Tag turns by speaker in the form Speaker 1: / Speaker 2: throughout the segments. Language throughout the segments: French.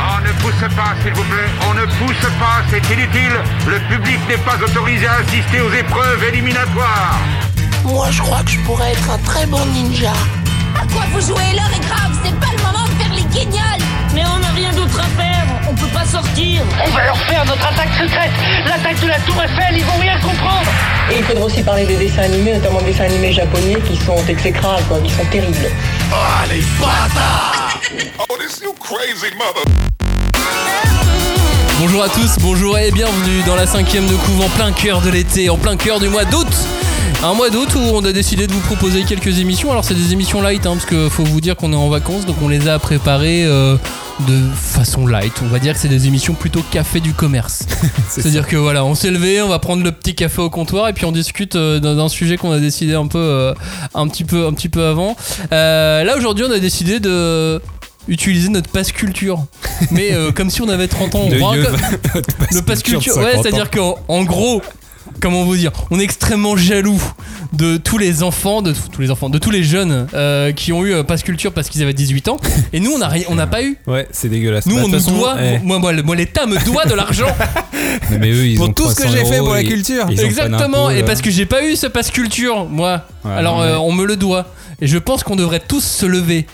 Speaker 1: Ah, pousse pas, s'il vous plaît. On ne pousse pas, c'est inutile. Le public n'est pas autorisé à assister aux épreuves éliminatoires.
Speaker 2: Moi, je crois que je pourrais être un très bon ninja.
Speaker 3: À quoi vous jouez L'heure est grave, c'est pas le moment de faire les guignols
Speaker 4: Mais on n'a rien d'autre à faire, on peut pas sortir
Speaker 5: On va leur faire notre attaque secrète L'attaque de la Tour Eiffel, ils vont rien comprendre
Speaker 6: Et il faudra aussi parler des dessins animés, notamment des dessins animés japonais qui sont exécrables, quoi, qui sont terribles.
Speaker 7: Oh, les
Speaker 8: Oh, this you crazy mother.
Speaker 9: Bonjour à tous, bonjour et bienvenue dans la cinquième de couvre en plein cœur de l'été, en plein cœur du mois d'août. Un mois d'août où on a décidé de vous proposer quelques émissions. Alors c'est des émissions light, hein, parce que faut vous dire qu'on est en vacances, donc on les a préparées euh, de façon light. On va dire que c'est des émissions plutôt café du commerce. C'est-à-dire que voilà, on s'est levé, on va prendre le petit café au comptoir et puis on discute euh, d'un d'un sujet qu'on a décidé un peu, euh, un petit peu, un petit peu avant. Euh, là aujourd'hui, on a décidé de utiliser notre passe culture, mais euh, comme si on avait 30 ans. On
Speaker 10: De
Speaker 9: prend un
Speaker 10: lieu-
Speaker 9: co-
Speaker 10: notre passe
Speaker 9: le passe
Speaker 10: culture
Speaker 9: culture,
Speaker 10: de
Speaker 9: ouais,
Speaker 10: 50 ans.
Speaker 9: c'est-à-dire qu'en en gros, comment vous dire, on est extrêmement jaloux de tous les enfants, de tous les enfants, de tous les jeunes euh, qui ont eu euh, passe culture parce qu'ils avaient 18 ans, et nous on n'a rien- on n'a pas eu.
Speaker 10: Ouais, c'est dégueulasse.
Speaker 9: Nous
Speaker 10: Bah, de
Speaker 9: on
Speaker 10: toute
Speaker 9: nous
Speaker 10: façon,
Speaker 9: doit,
Speaker 10: eh,
Speaker 9: moi, moi, le- moi, l'État me doit de l'argent.
Speaker 10: mais- mais eux, ils
Speaker 11: Pour
Speaker 10: ont
Speaker 11: tout ce que
Speaker 10: 300
Speaker 11: j'ai fait
Speaker 10: euros,
Speaker 11: pour la
Speaker 10: ils-
Speaker 11: culture.
Speaker 10: ils ont pas
Speaker 9: Exactement,
Speaker 10: d'impôts, euh.
Speaker 9: et
Speaker 10: là.
Speaker 9: parce que j'ai pas eu ce passe culture, moi.
Speaker 10: Ouais,
Speaker 9: Alors
Speaker 10: ouais.
Speaker 9: euh, on me le doit, et je pense qu'on devrait tous se lever.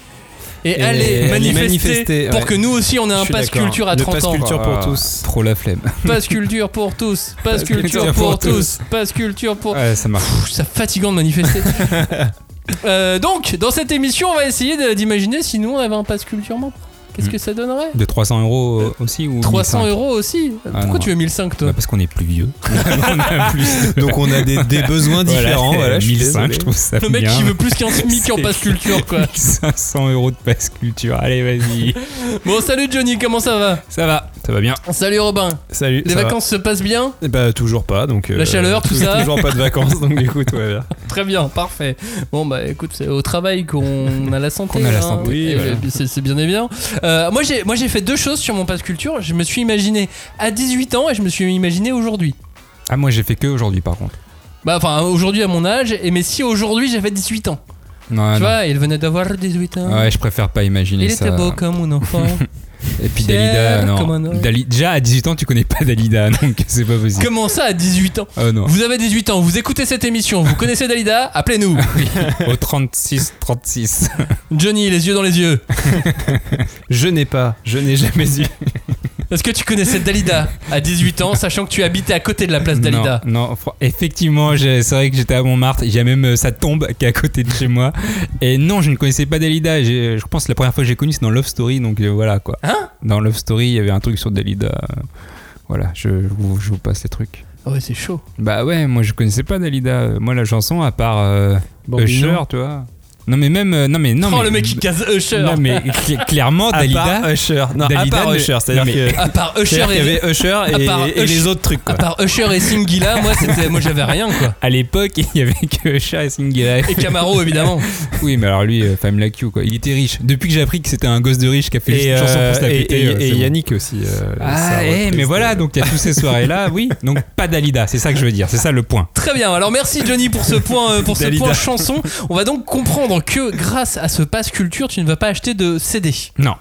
Speaker 9: Et,
Speaker 10: Et
Speaker 9: aller
Speaker 10: aller
Speaker 9: manifester,
Speaker 10: manifester,
Speaker 9: pour
Speaker 10: ouais.
Speaker 9: que nous aussi on ait un
Speaker 10: Je suis
Speaker 9: passe
Speaker 10: d'accord.
Speaker 9: culture à
Speaker 10: Le
Speaker 9: 30
Speaker 10: passe
Speaker 9: ans. euh,
Speaker 10: culture pour
Speaker 11: Ah.
Speaker 10: tous. Trop la flemme.
Speaker 9: Passe culture pour tous, passe culture pour tous, passe culture pour.
Speaker 10: Ouais, ça marche.
Speaker 9: Pff, C'est fatigant de manifester. Euh, donc, dans cette émission, on va essayer de- d'imaginer si nous on avait un passe culture membre. Qu'est-ce que ça donnerait
Speaker 10: De 300 euros euh, aussi ou
Speaker 9: 300
Speaker 10: 1500?
Speaker 9: euros aussi
Speaker 10: Ah,
Speaker 9: Pourquoi
Speaker 10: non.
Speaker 9: tu veux 1005 toi
Speaker 10: Bah, Parce qu'on est plus vieux. on a plus.
Speaker 11: Donc on a des, des besoins différents. Voilà, je suis
Speaker 10: 1005, je
Speaker 11: désolé.
Speaker 10: trouve ça
Speaker 9: Le mec
Speaker 10: bien.
Speaker 9: qui veut plus qu'un SMIC en
Speaker 10: C'est
Speaker 9: passe culture quoi.
Speaker 10: 500 euros de passe culture. Allez, vas-y.
Speaker 9: Bon, salut Johnny, comment ça va
Speaker 10: ça va, ça va bien.
Speaker 9: Salut Robin,
Speaker 11: Salut.
Speaker 9: les
Speaker 11: ça va
Speaker 9: vacances se passent bien
Speaker 11: Eh
Speaker 10: ben,
Speaker 11: Bah toujours pas. Donc euh,
Speaker 9: La chaleur, tout ça
Speaker 11: Toujours pas de vacances. Donc du coup, tout va bien.
Speaker 9: Très bien, parfait. Bon bah écoute, c'est au travail qu'on a la santé.
Speaker 10: Qu'on a la
Speaker 9: hein.
Speaker 10: santé,
Speaker 9: Et
Speaker 10: oui, voilà.
Speaker 9: puis c'est, c'est bien et bien. Euh, moi j'ai moi j'ai fait deux choses sur mon passe culture. Je me suis imaginé à 18 ans et je me suis imaginé aujourd'hui.
Speaker 10: Ah, moi j'ai fait que aujourd'hui par contre.
Speaker 9: Bah enfin aujourd'hui à mon âge. Et mais si aujourd'hui j'avais 18 ans, tu
Speaker 10: Non, Ah non. Ah
Speaker 9: vois, il venait d'avoir 18 ans.
Speaker 10: Ouais, je préfère pas imaginer
Speaker 9: il
Speaker 10: ça.
Speaker 9: était beau comme un enfant.
Speaker 10: Et puis
Speaker 9: Fier
Speaker 10: Dalida, non.
Speaker 9: comme un homme.
Speaker 10: Dali- Déjà à 18 ans, tu connais pas Dalida, donc c'est pas possible.
Speaker 9: Comment ça à 18 ans
Speaker 10: Oh non.
Speaker 9: Vous avez 18 ans, vous écoutez cette émission, vous connaissez Dalida, appelez-nous.
Speaker 10: Au 36, 36.
Speaker 9: Johnny, les yeux dans les yeux.
Speaker 11: Je n'ai pas. Je n'ai jamais eu.
Speaker 9: Est-ce que tu connaissais Dalida à 18 ans, sachant que tu habitais à côté de la place Dalida
Speaker 10: Non, non, fr- effectivement, j'ai- c'est vrai que j'étais à Montmartre. Il y a même euh, sa tombe qui est à côté de chez moi. Et non, je ne connaissais pas Dalida. J'ai- Je pense que la première fois que j'ai connu, c'est dans Love Story. Donc euh, voilà quoi.
Speaker 9: Hein
Speaker 10: Dans Love Story, il y avait un truc sur Dalida. Euh, Voilà, je, je vous, je vous passe les trucs.
Speaker 9: Ah Ouais, c'est chaud.
Speaker 10: Bah ouais, moi je connaissais pas Dalida. Euh, Moi la chanson, à part euh,
Speaker 11: Bambino.
Speaker 10: Usher, tu vois. Non mais même. euh, non mais. Non,
Speaker 9: oh,
Speaker 10: mais,
Speaker 9: le mec qui case Usher.
Speaker 10: Non mais cl- clairement,
Speaker 11: À
Speaker 10: Dalida.
Speaker 11: part Usher. Non, à
Speaker 10: Dalida,
Speaker 11: part
Speaker 10: mais-
Speaker 11: Usher. C'est-à-dire
Speaker 10: Non, mais-
Speaker 11: que.
Speaker 9: À part Usher
Speaker 11: c'est-à-dire qu'il y
Speaker 9: et.
Speaker 11: avait Usher et,
Speaker 9: à part
Speaker 11: et les
Speaker 9: Usher-
Speaker 11: autres trucs. Quoi.
Speaker 9: À part Usher et Singila, moi, c'était, moi j'avais rien quoi.
Speaker 10: À l'époque, il y avait que Chat et Singela.
Speaker 9: Et Camaro évidemment.
Speaker 10: Oui, mais alors lui, euh, Femme la Q, quoi. Il était riche. Depuis que j'ai appris que c'était un gosse de riche qui a fait
Speaker 11: Et,
Speaker 10: une chanson
Speaker 11: euh,
Speaker 10: pour se la
Speaker 11: et-
Speaker 10: péter,
Speaker 11: et- et
Speaker 10: euh, c'est bon.
Speaker 11: Yannick aussi. euh, ça
Speaker 10: Ah,
Speaker 11: a
Speaker 10: eh,
Speaker 11: repris,
Speaker 10: mais voilà,
Speaker 11: euh,
Speaker 10: donc il y a toutes ces soirées-là, oui. Donc pas Dalida, c'est ça que je veux dire, c'est ça le point.
Speaker 9: Très bien. Alors merci Johnny pour ce point, euh, pour ce
Speaker 11: Dalida.
Speaker 9: point chanson. On va donc comprendre que grâce à ce pass culture, tu ne vas pas acheter de CD
Speaker 10: Non,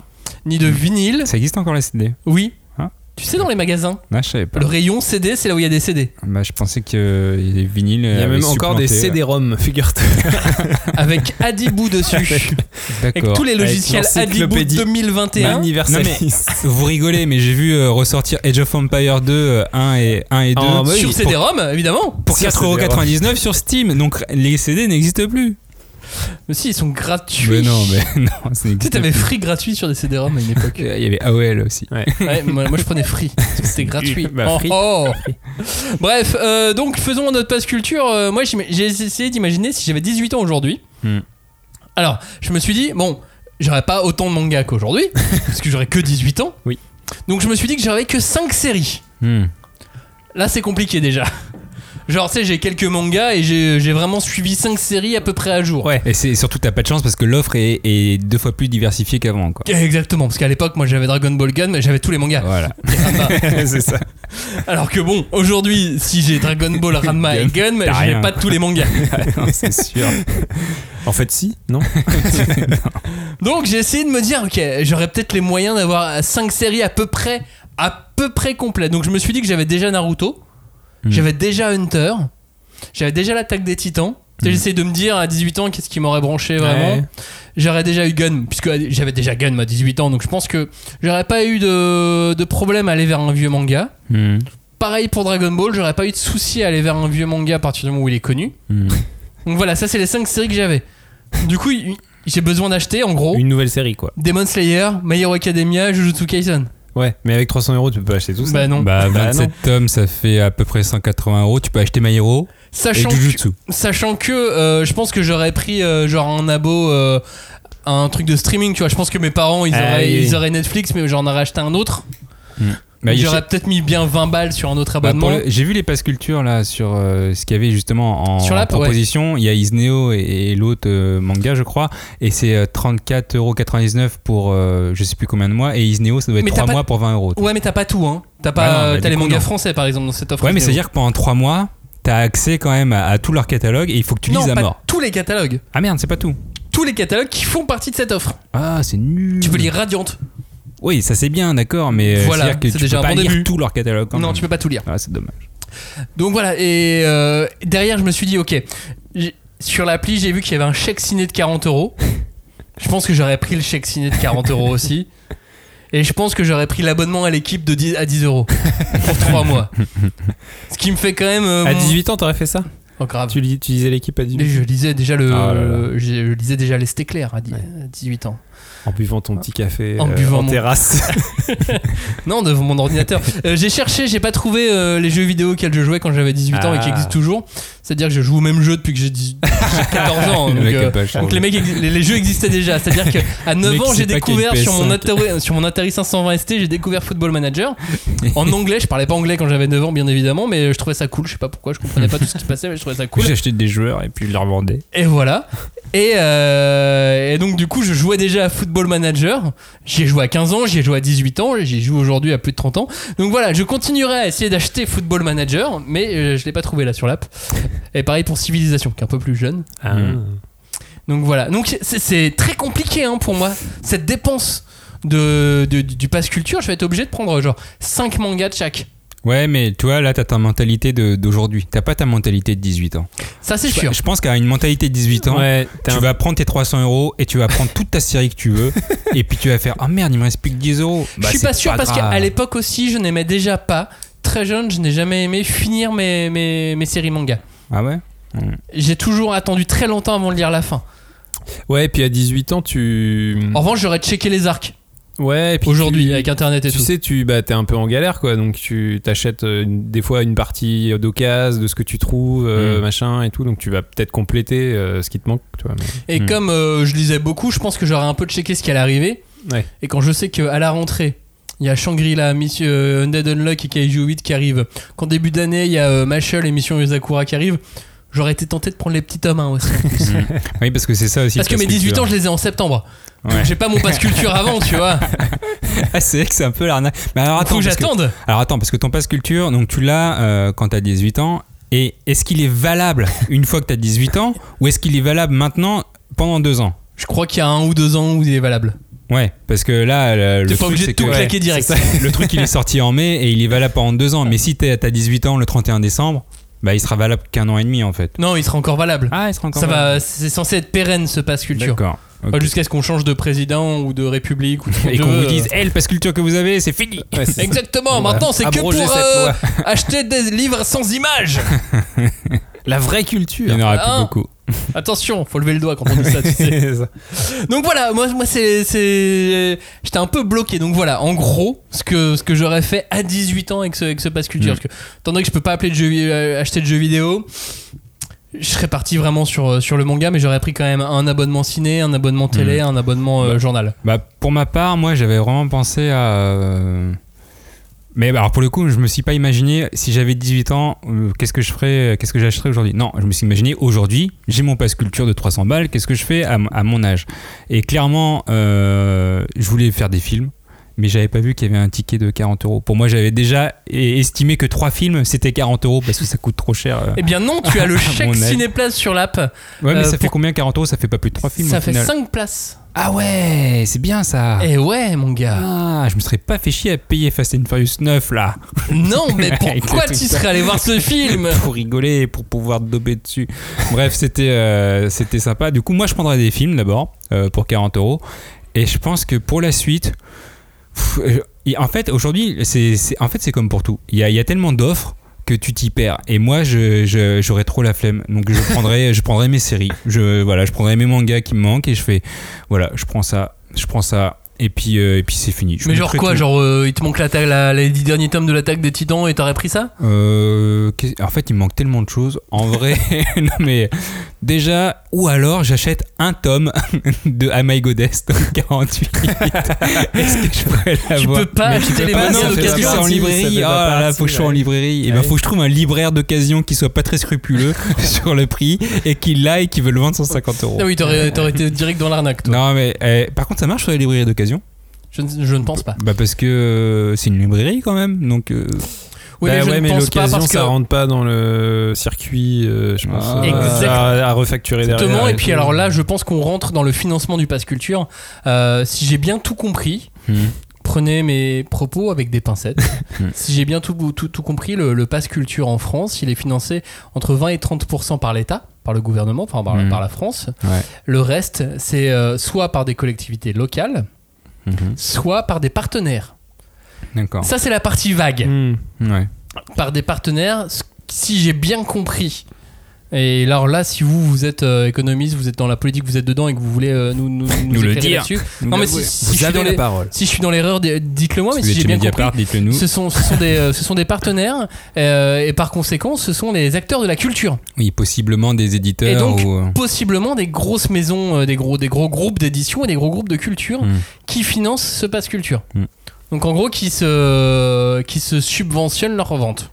Speaker 9: ni de vinyle.
Speaker 10: ça existe encore la CD
Speaker 9: Oui.
Speaker 10: Hein
Speaker 9: Tu sais dans les magasins,
Speaker 10: Non, je savais pas.
Speaker 9: le rayon CD, c'est là où il y a des CD
Speaker 10: Bah, je pensais que euh, les vinyles.
Speaker 11: Il y a même encore des CD-ROM, figure-toi.
Speaker 9: avec Adibou dessus, avec
Speaker 10: D'accord.
Speaker 9: tous les logiciels
Speaker 11: Avec
Speaker 9: Adibou
Speaker 11: l'encyclopédie
Speaker 9: 2021.
Speaker 11: Universaliste.
Speaker 10: Vous rigolez, mais j'ai vu euh, ressortir Age of Empire 2, 1 et 1 et 2
Speaker 11: En mode-
Speaker 9: sur
Speaker 11: Ah, bah Oui,
Speaker 9: CD-ROM, évidemment.
Speaker 10: pour
Speaker 11: Sur
Speaker 10: 4,99€ sur Steam. Donc les CD n'existent plus.
Speaker 9: Mais si, ils sont gratuits.
Speaker 10: Mais non, mais non,
Speaker 9: Tu
Speaker 10: ça
Speaker 9: sais,
Speaker 10: n'existe
Speaker 9: t'avais free gratuit sur des CD-ROM à une époque.
Speaker 10: plus. Il y avait AOL aussi.
Speaker 9: Ouais, moi, moi, je prenais free, parce que c'était gratuit.
Speaker 11: Bah,
Speaker 9: Oh,
Speaker 11: free.
Speaker 9: oh. Bref, euh, donc faisons notre passe culture. Euh, moi j'im- j'ai essayé d'imaginer si j'avais 18 ans aujourd'hui.
Speaker 10: Hmm.
Speaker 9: Alors, je me suis dit, bon, j'aurais pas autant de mangas qu'aujourd'hui, parce que j'aurais que 18 ans.
Speaker 10: Oui.
Speaker 9: Donc je me suis dit que j'aurais que 5 séries.
Speaker 10: Hmm.
Speaker 9: Là c'est compliqué déjà. Genre, tu sais, j'ai quelques mangas et j'ai j'ai vraiment suivi 5 séries à peu près à jour.
Speaker 10: Ouais. Et c'est surtout t'as pas de chance parce que l'offre est, est deux fois plus diversifiée qu'avant quoi.
Speaker 9: Exactement, parce qu'à l'époque, moi j'avais Dragon Ball Gun, mais j'avais tous les mangas.
Speaker 10: Voilà.
Speaker 9: Et Ranma.
Speaker 10: c'est ça.
Speaker 9: Alors que bon, aujourd'hui, si j'ai Dragon Ball, Ranma et Gun,
Speaker 10: T'as
Speaker 9: j'ai
Speaker 10: rien.
Speaker 9: pas tous les mangas.
Speaker 10: Non, c'est sûr.
Speaker 11: En fait, si, non
Speaker 9: Donc j'ai essayé de me dire, ok, j'aurais peut-être les moyens d'avoir 5 séries à peu près, à peu près complètes. Donc je me suis dit que j'avais déjà Naruto,
Speaker 10: Hmm.
Speaker 9: j'avais déjà Hunter, j'avais déjà l'attaque des Titans. Tu sais,
Speaker 10: Hmm.
Speaker 9: J'essayais de me dire à 18 ans qu'est-ce qui m'aurait branché vraiment.
Speaker 11: Ouais.
Speaker 9: J'aurais déjà eu Gun, puisque j'avais déjà Gun à 18 ans, donc je pense que j'aurais pas eu de, de problème à aller vers un vieux manga.
Speaker 10: Hmm.
Speaker 9: Pareil pour Dragon Ball, j'aurais pas eu de souci à aller vers un vieux manga à partir du moment où il est connu.
Speaker 10: Hmm.
Speaker 9: Donc voilà, ça c'est les 5 séries que j'avais. Du coup, il- j'ai besoin d'acheter en gros
Speaker 11: Une nouvelle série, quoi.
Speaker 9: Demon Slayer, My Hero Academia, Jujutsu Kaisen.
Speaker 11: Ouais, mais avec 300 euros, tu peux pas acheter tout ça.
Speaker 9: Bah non.
Speaker 10: Bah,
Speaker 11: Bah,
Speaker 10: 27 tomes, ça fait à peu près 180 euros. Tu peux acheter My Hero et
Speaker 9: Sachant que,
Speaker 10: Jujutsu.
Speaker 9: sachant que euh, je pense que j'aurais pris euh, genre un abo euh, un truc de streaming, tu vois. Je pense que mes parents ils
Speaker 11: Ah
Speaker 9: auraient,
Speaker 11: oui, oui.
Speaker 9: ils auraient Netflix, mais j'en aurais acheté un autre.
Speaker 10: Bah, il-
Speaker 9: j'aurais peut-être mis bien 20 balles sur un autre
Speaker 10: bah, pour
Speaker 9: abonnement.
Speaker 10: le- J'ai vu les passes culture là sur euh, ce qu'il y avait justement en
Speaker 9: Sur l'app, ouais.
Speaker 10: proposition. Il y a Isneo et, et l'autre euh, manga, je crois. Et c'est euh, 34,99€ pour euh, je sais plus combien de mois. Et Isneo, ça doit être
Speaker 9: Mais t'as
Speaker 10: 3
Speaker 9: pas-
Speaker 10: mois pour 20 euros.
Speaker 9: Ouais, mais t'as pas tout, hein. T'as pas,
Speaker 10: Bah non, bah,
Speaker 9: t'as
Speaker 10: du
Speaker 9: les
Speaker 10: coup,
Speaker 9: mangas
Speaker 10: non.
Speaker 9: français par exemple dans cette offre.
Speaker 10: Ouais, mais
Speaker 9: vidéo.
Speaker 10: c'est-à-dire que pendant 3 mois, t'as accès quand même à, à tout leur catalogue et il faut que tu
Speaker 9: non,
Speaker 10: lises à
Speaker 9: pas
Speaker 10: mort.
Speaker 9: tous les catalogues,
Speaker 10: Ah merde, c'est pas tout.
Speaker 9: tous les catalogues qui font partie de cette offre.
Speaker 10: Ah, c'est nul.
Speaker 11: Mmh.
Speaker 9: Tu peux lire Radiante.
Speaker 10: Oui, ça c'est bien, d'accord, mais euh,
Speaker 9: Voilà,
Speaker 10: c'est-à-dire que
Speaker 9: c'est
Speaker 10: tu
Speaker 9: déjà
Speaker 10: peux
Speaker 9: un
Speaker 10: pas
Speaker 9: bon
Speaker 10: lire
Speaker 9: début.
Speaker 10: tout leur catalogue. quand
Speaker 9: non,
Speaker 10: même.
Speaker 9: tu peux pas tout lire.
Speaker 10: Ah, c'est dommage.
Speaker 9: Donc voilà, et euh, derrière, je me suis dit, ok, j'ai- sur l'appli, j'ai vu qu'il y avait un chèque ciné de 40 euros. Je pense que j'aurais pris le chèque ciné de 40 euros aussi. Et je pense que j'aurais pris l'abonnement à l'équipe de 10 à 10 euros pour 3 mois. Ce qui me fait quand même. euh,
Speaker 11: À
Speaker 9: mon-
Speaker 11: 18 ans, t'aurais fait ça
Speaker 9: Oh, grave.
Speaker 11: tu, lis- tu disais l'équipe à 18
Speaker 9: Mais Je lisais déjà le,
Speaker 11: Ah là là.
Speaker 9: je, je lisais déjà l'est éclair à dix- à 18 ans.
Speaker 11: En buvant ton petit café
Speaker 9: En
Speaker 11: euh,
Speaker 9: buvant
Speaker 11: en
Speaker 9: mon-
Speaker 11: terrasse.
Speaker 9: Non, devant mon ordinateur. Euh, j'ai cherché, j'ai pas trouvé euh, les jeux vidéo auxquels je jouais quand j'avais 18 ans et qui
Speaker 11: Ah.
Speaker 9: existent toujours. C'est-à-dire que je joue au même jeu depuis que j'ai 10 j'ai 14 ans.
Speaker 10: Le
Speaker 9: Donc,
Speaker 10: mec a
Speaker 9: euh,
Speaker 10: pas changé.
Speaker 9: donc les, mecs ex- les, les jeux existaient déjà. C'est-à-dire qu'à 9
Speaker 10: mec
Speaker 9: ans,
Speaker 10: sait
Speaker 9: j'ai
Speaker 10: pas qu'il y a une
Speaker 9: découvert sur mon,
Speaker 10: PS5.
Speaker 9: Atari, euh, sur mon Atari 520 ST, j'ai découvert Football Manager. En anglais, je parlais pas anglais quand j'avais 9 ans, bien évidemment, mais je trouvais ça cool. Je sais pas pourquoi, je comprenais pas tout ce qui se passait, mais je trouvais ça cool.
Speaker 10: J'ai acheté des joueurs et puis je les revendais.
Speaker 9: Et voilà. Et, euh, et donc du coup, je jouais déjà à Football Manager. J'y ai joué à 15 ans, j'y ai joué à 18 ans, j'y joue aujourd'hui à plus de 30 ans. Donc voilà, je continuerai à essayer d'acheter Football Manager, mais euh, je l'ai pas trouvé là sur l'app. Et pareil pour Civilisation, qui est un peu plus jeune. Mm.
Speaker 11: Ah.
Speaker 9: Donc voilà. Donc c'est- c'est très compliqué hein, pour moi cette dépense de, de- du pass culture. Je vais être obligé de prendre genre 5 mangas de chaque.
Speaker 10: Ouais, mais tu vois, là, t'as ta mentalité de- d'aujourd'hui. T'as pas ta mentalité de 18 ans.
Speaker 9: Ça c'est
Speaker 10: Je,
Speaker 9: sûr.
Speaker 10: je pense qu'à une mentalité de 18 ans,
Speaker 11: Ouais, t'es
Speaker 10: tu
Speaker 11: un-
Speaker 10: vas prendre tes 300 euros et tu vas prendre toute ta série que tu veux. et puis tu vas faire Ah merde, il me reste plus que 10 euros.
Speaker 9: je
Speaker 10: Bah,
Speaker 9: suis
Speaker 10: c'est
Speaker 9: pas sûr parce
Speaker 10: grave.
Speaker 9: qu'à l'époque aussi, je n'aimais déjà pas. Très jeune, je n'ai jamais aimé finir mes, mes, mes séries manga.
Speaker 10: Ah ouais
Speaker 9: J'ai toujours attendu très longtemps avant de lire la fin.
Speaker 11: Ouais, puis à 18 ans, tu.
Speaker 9: En revanche, j'aurais checké les arcs
Speaker 11: Ouais, et puis
Speaker 9: Oh. aujourd'hui
Speaker 11: tu-
Speaker 9: avec internet et
Speaker 11: tu
Speaker 9: tout.
Speaker 11: sais, tu bah, t'es un peu en galère, quoi. Donc, tu t'achètes euh, une- des fois une partie d'occasion de ce que tu trouves, euh,
Speaker 10: Mm.
Speaker 9: Hmm.
Speaker 11: machin et tout. Donc, tu vas peut-être compléter euh, ce qui te manque, tu vois. mais-
Speaker 9: Et
Speaker 10: Hmm.
Speaker 9: comme euh, je lisais beaucoup, je pense que j'aurais un peu checké ce qui allait arriver.
Speaker 11: Ouais.
Speaker 9: Et quand je sais qu'à la rentrée, il y a Shangri-La, Monsieur euh, Undead Unlock et Kaiju 8 qui arrivent. Qu'en début d'année, il y a euh, Machel et Mission Yuzakura qui arrivent. J'aurais été tenté de prendre les petits tomes hein, aussi.
Speaker 10: Oui, parce que c'est ça aussi.
Speaker 9: Parce que mes 18 ans, je les ai en septembre. Donc,
Speaker 10: Ouais.
Speaker 9: J'ai pas mon passe culture avant, tu vois.
Speaker 10: Ah, c'est vrai que c'est un peu l'arnaque. Mais alors
Speaker 9: Faut
Speaker 10: attends,
Speaker 9: Ah, que
Speaker 10: parce que-
Speaker 9: j'attende.
Speaker 10: alors attends, parce que ton passe culture, donc tu l'as euh, quand t'as 18 ans. Et est-ce qu'il est valable une fois que t'as 18 ans ou est-ce qu'il est valable maintenant pendant 2 ans
Speaker 9: Je crois qu'il y a un ou deux ans où il est valable.
Speaker 10: Ouais, parce que là, le, le
Speaker 9: T'es pas
Speaker 10: truc,
Speaker 9: obligé de
Speaker 10: c'est
Speaker 9: tout
Speaker 10: que-
Speaker 9: claquer direct.
Speaker 10: c'est ça. Le truc, il est sorti en mai et il est valable pendant deux ans. Mais si t'es- t'as 18 ans le 31 décembre, bah il sera valable qu'un an et demi en fait.
Speaker 9: Non, il sera encore valable.
Speaker 10: Ah, il sera
Speaker 9: Ça va, c'est censé être pérenne ce passe culture.
Speaker 10: D'accord.
Speaker 9: Pas jusqu'à ce qu'on change de président ou de république ou de ce
Speaker 10: Et
Speaker 9: veut,
Speaker 10: qu'on vous
Speaker 9: euh.
Speaker 10: dise, hé, le passe culture que vous avez, c'est fini.
Speaker 9: Exactement, maintenant c'est que
Speaker 11: Abroger
Speaker 9: pour
Speaker 11: cette
Speaker 9: euh,
Speaker 11: loi.
Speaker 9: acheter des livres sans images.
Speaker 11: La vraie
Speaker 10: Il y
Speaker 11: culture.
Speaker 10: en aura plus
Speaker 9: Hein
Speaker 10: beaucoup.
Speaker 9: Attention, faut lever le doigt quand on dit ça, tu sais.
Speaker 11: ouais,
Speaker 9: Donc voilà, moi, moi c'est, c'est- J'étais un peu bloqué. Donc voilà, en gros, ce que, ce que j'aurais fait à 18 ans avec ce, avec ce pass culture.
Speaker 10: Mm.
Speaker 9: Parce que, étant donné que je peux pas appeler de jeux vi- euh, acheter de jeux vidéo, je serais parti vraiment sur, euh, sur le manga, mais j'aurais pris quand même un abonnement ciné, un abonnement télé,
Speaker 10: Mm.
Speaker 9: un abonnement euh, journal.
Speaker 10: Bah, pour ma part, moi, j'avais vraiment pensé à. euh, Mais bah, alors pour le coup, je me suis pas imaginé si j'avais 18 ans, euh, qu'est-ce que je ferais, euh, qu'est-ce que j'achèterais aujourd'hui. Non, je me suis imaginé aujourd'hui, j'ai mon passe culture de 300 balles, qu'est-ce que je fais à, m- à mon âge Et clairement, euh, je voulais faire des films, mais j'avais pas vu qu'il y avait un ticket de 40 euros. Pour moi, j'avais déjà e- estimé que trois films c'était 40 euros parce que ça coûte trop cher. euh.
Speaker 9: Eh bien non, tu as le
Speaker 10: À
Speaker 9: chèque
Speaker 10: mon âge.
Speaker 9: Cinéplace sur l'app.
Speaker 10: Ouais, mais
Speaker 9: euh,
Speaker 10: ça fait
Speaker 9: pour-
Speaker 10: combien 40 euros Ça fait pas plus de trois films
Speaker 9: Ça
Speaker 10: au
Speaker 9: fait
Speaker 10: final.
Speaker 9: 5 places.
Speaker 10: Ah ouais, c'est bien ça.
Speaker 9: Eh ouais, mon gars.
Speaker 10: Ah, je me serais pas fait chier à payer Fast and Furious 9 là.
Speaker 9: Non, mais
Speaker 10: Avec
Speaker 9: pourquoi
Speaker 10: le truc
Speaker 9: tu
Speaker 10: ça.
Speaker 9: serais allé voir ce film
Speaker 10: pour rigoler, pour pouvoir dober dessus. Bref, c'était euh, c'était sympa. Du coup, moi, je prendrais des films d'abord euh, pour 40 euros. Et je pense que pour la suite, pff, euh, et en fait, aujourd'hui, c'est c'est- en fait c'est comme pour tout. Il y a, il y a tellement d'offres que tu t'y perds. Et moi, je- je- j'aurais trop la flemme. Donc, je prendrais, je prendrais mes séries. Je voilà, je prendrais mes mangas qui me manquent et je fais voilà, je prends ça, je prends ça. Et puis, euh, et puis c'est fini. Je
Speaker 9: Mais
Speaker 10: me
Speaker 9: genre
Speaker 10: ferai
Speaker 9: quoi
Speaker 10: tout.
Speaker 9: Genre euh, il te manque la, la- les 10 derniers tomes de l'attaque des titans et t'aurais pris ça
Speaker 10: Euh, qu'est- en fait, il me manque tellement de choses. En vrai, non mais déjà, ou alors j'achète un tome de Am I Goddess, tome 48. Est-ce que je pourrais
Speaker 9: Tu
Speaker 10: l'avoir
Speaker 9: peux pas
Speaker 10: Mais
Speaker 9: acheter
Speaker 10: tu peux
Speaker 9: les
Speaker 10: pas,
Speaker 9: mangas
Speaker 10: non, parce que
Speaker 9: d'occasion.
Speaker 10: c'est en
Speaker 11: Ça
Speaker 10: librairie.
Speaker 11: fait
Speaker 10: Ah
Speaker 11: pas
Speaker 10: là là,
Speaker 11: partie,
Speaker 10: faut que je sois en
Speaker 11: ouais.
Speaker 10: librairie. Et
Speaker 11: Ouais.
Speaker 10: ben, faut que je trouve un libraire d'occasion qui soit pas très scrupuleux sur le prix et qui l'a et qui veut le vendre 150 euros.
Speaker 9: Ah oui, t'aurais t'aurais été direct dans l'arnaque toi.
Speaker 10: Non mais euh, par contre ça marche sur les librairies d'occasion
Speaker 9: Je, ne- je ne pense pas.
Speaker 10: Bah parce que euh, c'est une librairie quand même donc euh,
Speaker 9: Oui,
Speaker 11: Bah
Speaker 9: mais je
Speaker 11: ouais,
Speaker 9: ne
Speaker 11: mais
Speaker 9: pense pas
Speaker 11: l'occasion,
Speaker 9: parce que
Speaker 11: ça rentre pas dans le circuit, euh, je pense.
Speaker 10: Ah.
Speaker 11: euh,
Speaker 9: Exact-
Speaker 11: à, à refacturer derrière.
Speaker 9: Exactement, et puis alors là, je pense qu'on rentre dans le financement du pass culture. Euh, si j'ai bien tout compris,
Speaker 10: Hmm.
Speaker 9: prenez mes propos avec des pincettes.
Speaker 10: Hmm.
Speaker 9: si j'ai bien tout, tout, tout compris, le, le pass culture en France, il est financé entre 20 et 30 par l'État, par le gouvernement, enfin par,
Speaker 10: Hmm.
Speaker 9: par la France.
Speaker 10: Ouais.
Speaker 9: Le reste, c'est euh, soit par des collectivités locales,
Speaker 10: Mhm.
Speaker 9: soit par des partenaires.
Speaker 10: d'accord.
Speaker 9: Ça, c'est la partie vague.
Speaker 11: Hmm.
Speaker 10: Ouais.
Speaker 9: Par des partenaires, ce- si j'ai bien compris. Et alors là, si vous, vous êtes euh, économiste, vous êtes dans la politique, vous êtes dedans et que vous voulez euh, nous, nous, nous
Speaker 10: Nous le
Speaker 9: éclairer
Speaker 10: dire.
Speaker 9: là-dessus, Non, mais si- si je suis dans les-
Speaker 11: parole.
Speaker 9: si je suis dans l'erreur, d- dites-le moi, mais
Speaker 10: Si vous
Speaker 9: si
Speaker 10: êtes
Speaker 9: j'ai
Speaker 10: chez
Speaker 9: bien compris,
Speaker 10: Mediapart, dites-le nous.
Speaker 9: ce sont, ce sont des, euh, ce sont des partenaires euh, et par conséquent, ce sont les acteurs de la culture.
Speaker 10: Oui, possiblement des éditeurs.
Speaker 9: Et donc,
Speaker 10: ou, euh,
Speaker 9: Possiblement des grosses maisons, euh, des, gros, des gros groupes d'édition et des gros groupes de culture
Speaker 10: Hmm.
Speaker 9: qui financent ce pass culture.
Speaker 10: Hmm.
Speaker 9: Donc en gros, qui se, qui se subventionnent leur vente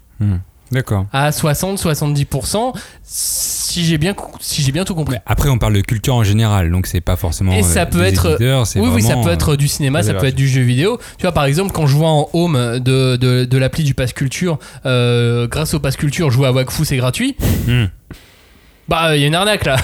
Speaker 10: D'accord.
Speaker 9: à 60-70%, si j'ai bien, co- si j'ai bien tout compris.
Speaker 10: Après, on parle de culture en général, donc c'est pas forcément.
Speaker 9: Et ça
Speaker 10: euh,
Speaker 9: peut
Speaker 10: des
Speaker 9: être-
Speaker 10: éditeurs, c'est
Speaker 9: Oui, oui, ça
Speaker 10: vraiment, euh,
Speaker 9: peut être euh, du cinéma, ça peut être du jeu vidéo. Tu vois, par exemple, quand je vois en home de, de, de l'appli du Pass Culture, euh, grâce au Pass Culture, jouer à Wakfu, c'est gratuit.
Speaker 10: Hmm.
Speaker 9: Bah, il y a une arnaque là.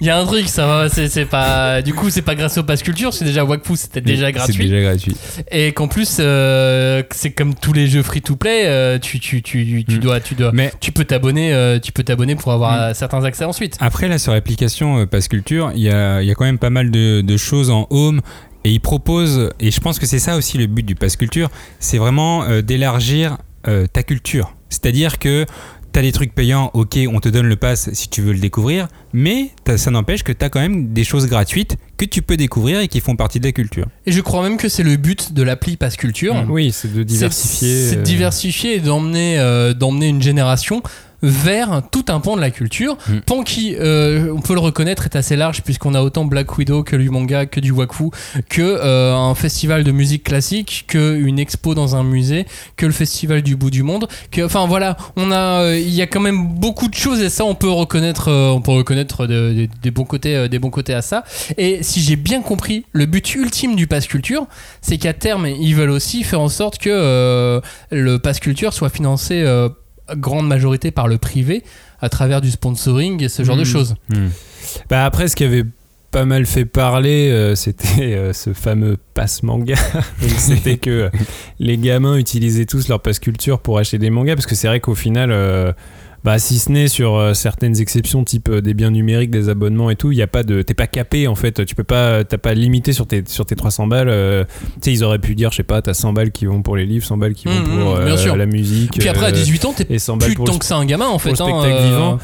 Speaker 9: Il y a un truc, ça va, c'est c'est pas. Du coup, c'est pas grâce au Pass Culture, c'est déjà Wakfu, c'était
Speaker 10: euh,
Speaker 9: déjà
Speaker 10: C'est
Speaker 9: gratuit.
Speaker 10: déjà gratuit.
Speaker 9: Et qu'en plus, euh, c'est comme tous les jeux free to play, tu, tu, tu, tu
Speaker 10: Hmm.
Speaker 9: dois. Tu dois
Speaker 10: Mais
Speaker 9: tu peux t'abonner, euh, tu peux t'abonner pour avoir
Speaker 11: Hmm.
Speaker 9: euh, certains accès ensuite.
Speaker 10: après, là, sur l'application euh, Pass Culture, il y a, il y a quand même pas mal de, de choses en home. Et ils proposent, et je pense que c'est ça aussi le but du Pass Culture, c'est vraiment euh, d'élargir euh, ta culture. C'est-à-dire que t'as des trucs payants, ok, on te donne le pass si tu veux le découvrir, mais t'as- ça n'empêche que t'as quand même des choses gratuites que tu peux découvrir et qui font partie de la culture.
Speaker 9: Et je crois même que c'est le but de l'appli Pass Culture.
Speaker 11: Hmm. Oui, c'est de
Speaker 9: C'est-
Speaker 11: diversifier.
Speaker 9: C'est de
Speaker 11: euh,
Speaker 9: diversifier et d'emmener euh, d'emmener une génération vers tout un pan de la culture,
Speaker 11: Hmm.
Speaker 10: Mm.
Speaker 9: pan qui, euh, on peut le reconnaître, est assez large puisqu'on a autant Black Widow que du manga, que du waku, que euh, un festival de musique classique, que une expo dans un musée, que le festival du bout du monde, que enfin voilà, on a, euh, il y a quand même beaucoup de choses et ça on peut reconnaître, euh, on peut reconnaître de- de- des bons côtés, euh, des bons côtés à ça. Et si j'ai bien compris, le but ultime du pass culture, c'est qu'à terme, ils veulent aussi faire en sorte que euh, le pass culture soit financé euh, à grande majorité par le privé à travers du sponsoring et ce genre de
Speaker 11: Mm.
Speaker 9: choses.
Speaker 11: Bah après, ce qui avait pas mal fait parler, euh, c'était euh, ce fameux passe manga. Donc, c'était que euh, les gamins utilisaient tous leur passe culture pour acheter des mangas, parce que c'est vrai qu'au final, euh, bah, si ce n'est sur euh, certaines exceptions, type euh, des biens numériques, des abonnements et tout, il y a pas de, t'es pas capé en fait. Tu peux pas, t'as pas limité sur tes sur tes 300 balles. euh, tu sais, ils auraient pu dire, je sais pas, t'as 100 balles qui vont pour les livres, 100 balles qui vont
Speaker 9: Mm,
Speaker 11: pour
Speaker 9: mm, bien
Speaker 11: euh,
Speaker 9: sûr.
Speaker 11: la musique.
Speaker 9: Puis après, à
Speaker 11: euh,
Speaker 9: 18 ans, t'es
Speaker 11: et 100 balles
Speaker 9: plus
Speaker 11: pour
Speaker 9: tant
Speaker 11: le
Speaker 9: que c'est un gamin en fait.
Speaker 11: le
Speaker 9: hein,
Speaker 11: spectacle vivant.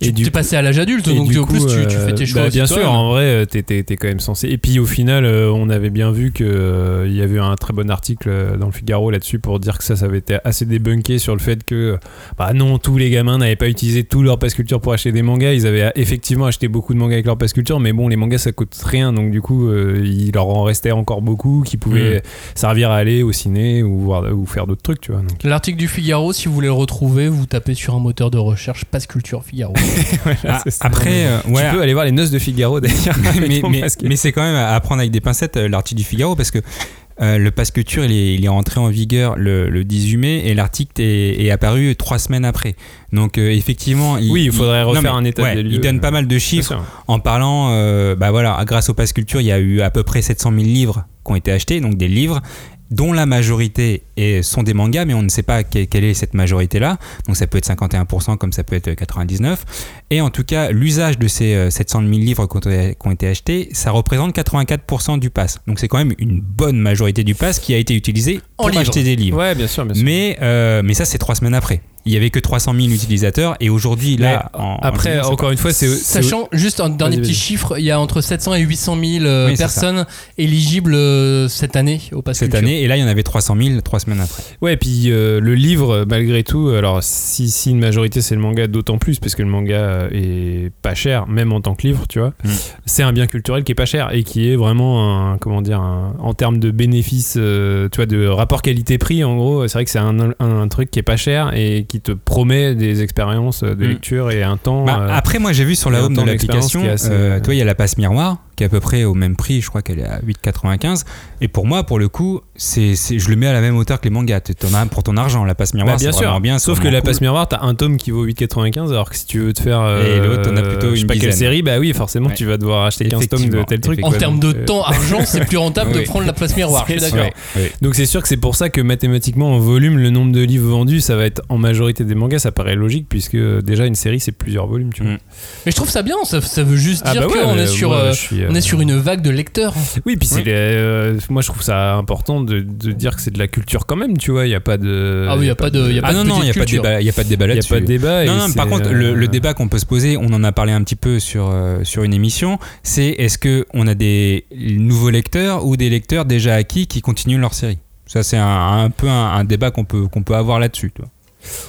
Speaker 9: Tu
Speaker 11: et du
Speaker 9: t'es passé à l'âge adulte,
Speaker 11: et
Speaker 9: donc
Speaker 11: du
Speaker 9: au
Speaker 11: coup,
Speaker 9: plus tu, tu
Speaker 11: euh,
Speaker 9: fais tes choix.
Speaker 11: bah,
Speaker 9: aussi
Speaker 11: bien sûr,
Speaker 9: toi-même.
Speaker 11: en vrai, euh, t'es, t'es- t'es quand même censé. Et puis au final, euh, on avait bien vu que euh, il y avait un très bon article euh, dans le Figaro là-dessus pour dire que ça, ça avait été assez débunké sur le fait que, euh, bah non, tous les gamins
Speaker 9: n'avaient pas utilisé tout leur passe culture pour acheter des mangas. Ils
Speaker 11: euh,
Speaker 9: avaient effectivement acheté beaucoup de mangas avec leur passe culture, mais bon, les mangas ça coûte rien, donc du coup, euh, il leur en restait encore beaucoup qui pouvaient servir à aller au ciné ou, voir, ou faire d'autres trucs, tu vois. donc.
Speaker 12: L'article du Figaro, si vous voulez le retrouver, vous tapez sur un moteur de recherche Passe Culture Figaro.
Speaker 10: Ah, après, euh, ouais,
Speaker 9: tu peux aller voir les noces de Figaro d'ailleurs. avec
Speaker 10: mais,
Speaker 9: ton
Speaker 10: mais-
Speaker 9: masque.
Speaker 10: mais c'est quand même à prendre avec des pincettes euh, l'article du Figaro parce que euh, le passe culture il est, il est rentré en vigueur le, le 18 mai et l'article est, est apparu trois semaines après. Donc euh, effectivement,
Speaker 9: Oui, il faudrait
Speaker 10: non,
Speaker 9: refaire
Speaker 10: mais,
Speaker 9: un état
Speaker 10: ouais,
Speaker 9: des lieux.
Speaker 10: Il donne pas mal de chiffres
Speaker 9: Bien sûr.
Speaker 10: en parlant, euh, bah voilà, grâce au passe culture, il y a eu à peu près 700 000 livres qui ont été achetés, donc des livres dont la majorité est- sont des mangas, mais on ne sait pas que- quelle est cette majorité-là. Donc ça peut être 51% comme ça peut être 99%. Et en tout cas, l'usage de ces euh, 700 000 livres qui ont, qui ont été achetés, ça représente 84% du pass. Donc c'est quand même une bonne majorité du pass qui a été utilisée
Speaker 12: En
Speaker 10: pour
Speaker 12: livres.
Speaker 10: acheter des livres.
Speaker 9: Ouais, bien sûr, bien sûr.
Speaker 10: Mais, euh, mais ça, c'est trois semaines après. Il y avait que 300 000 utilisateurs et aujourd'hui, là,
Speaker 9: Mais
Speaker 10: en- en
Speaker 9: après,
Speaker 10: juillet, c'est
Speaker 9: encore une fois, c'est c'est-
Speaker 12: Sachant, juste un dernier
Speaker 9: Vas-y,
Speaker 12: petit
Speaker 9: vas-y.
Speaker 12: chiffre, il y a entre 700 et 800 000 euh,
Speaker 10: Oui, c'est
Speaker 12: personnes éligibles euh, cette année au Passe
Speaker 10: cette
Speaker 12: Culture.
Speaker 10: année. Et là, il y en avait 300 000 trois semaines après.
Speaker 9: Ouais, et puis euh, le livre, malgré tout, alors si, si une majorité c'est le manga, d'autant plus, parce que le manga euh, est pas cher, même en tant que livre, tu vois.
Speaker 10: Mm.
Speaker 9: C'est un bien culturel qui est pas cher et qui est vraiment un, comment dire, un- en termes de bénéfice, euh, tu vois, de rapport qualité-prix, en gros, c'est vrai que c'est un, un- un truc qui est pas cher et qui te promet des expériences euh, de
Speaker 10: Mm.
Speaker 9: lecture et un temps.
Speaker 10: Bah,
Speaker 9: euh,
Speaker 10: après, moi, j'ai vu sur
Speaker 9: il y
Speaker 10: la
Speaker 9: a un
Speaker 10: home de
Speaker 9: temps d'expérience
Speaker 10: l'application,
Speaker 9: qui est assez-
Speaker 10: euh, tu vois, il y a la passe miroir qui est à peu près au même prix. Je crois qu'elle est à 8,95. Et pour moi, pour le coup, c'est c'est- je le mets à la même hauteur que les mangas. Tu- T'en as pour ton argent. La passe miroir,
Speaker 9: bah, bien
Speaker 10: c'est vraiment
Speaker 9: sûr,
Speaker 10: bien. c'est
Speaker 9: sauf que
Speaker 10: vraiment
Speaker 9: la
Speaker 10: cool.
Speaker 9: passe miroir, t'as un tome qui vaut 8,95, alors que si tu veux te faire.
Speaker 10: Et l'autre, t'en as
Speaker 9: euh,
Speaker 10: plutôt
Speaker 9: je sais
Speaker 10: une
Speaker 9: pas quelle
Speaker 10: dizaine.
Speaker 9: série, bah oui, forcément,
Speaker 10: Ouais.
Speaker 9: tu vas devoir acheter 15 tomes de
Speaker 10: Effectivement,
Speaker 9: tel truc.
Speaker 12: En
Speaker 9: quoi,
Speaker 12: termes
Speaker 9: donc,
Speaker 12: de
Speaker 9: euh,
Speaker 12: temps, argent, c'est plus rentable de
Speaker 9: Oui.
Speaker 12: prendre la place miroir. Je suis
Speaker 9: C'est
Speaker 12: d'accord.
Speaker 9: sûr. Donc c'est sûr que c'est pour ça que mathématiquement en volume, le nombre de livres vendus, ça va être en majorité des mangas, ça paraît logique puisque euh, déjà une série c'est plusieurs volumes, tu vois.
Speaker 10: Mm.
Speaker 12: Mais je trouve ça bien. Ça, ça veut juste
Speaker 9: Ah
Speaker 12: dire
Speaker 9: bah ouais,
Speaker 12: qu'on
Speaker 9: mais
Speaker 12: est sur,
Speaker 9: moi,
Speaker 12: euh,
Speaker 9: je suis, euh,
Speaker 12: on est sur une vague de lecteurs.
Speaker 9: Oui, puis c'est les- euh, moi je trouve ça important de, de dire que c'est de la culture quand même, tu vois, il y a pas de
Speaker 12: Ah oui, y a pas de- y a
Speaker 10: Ah non, non, il n'y a, pas de
Speaker 12: culture.
Speaker 10: débat- il y a pas de débat
Speaker 9: y a
Speaker 10: là-dessus.
Speaker 9: pas de débat.
Speaker 10: Non,
Speaker 9: et
Speaker 10: non, mais par
Speaker 9: c'est,
Speaker 10: contre,
Speaker 9: euh,
Speaker 10: le, le débat qu'on peut se poser, on en a parlé un petit peu sur, euh, sur une émission, c'est est-ce que on a des nouveaux lecteurs ou des lecteurs déjà acquis qui continuent leur série Ça, c'est un, un peu un, un débat qu'on peut, qu'on peut avoir là-dessus. tu vois.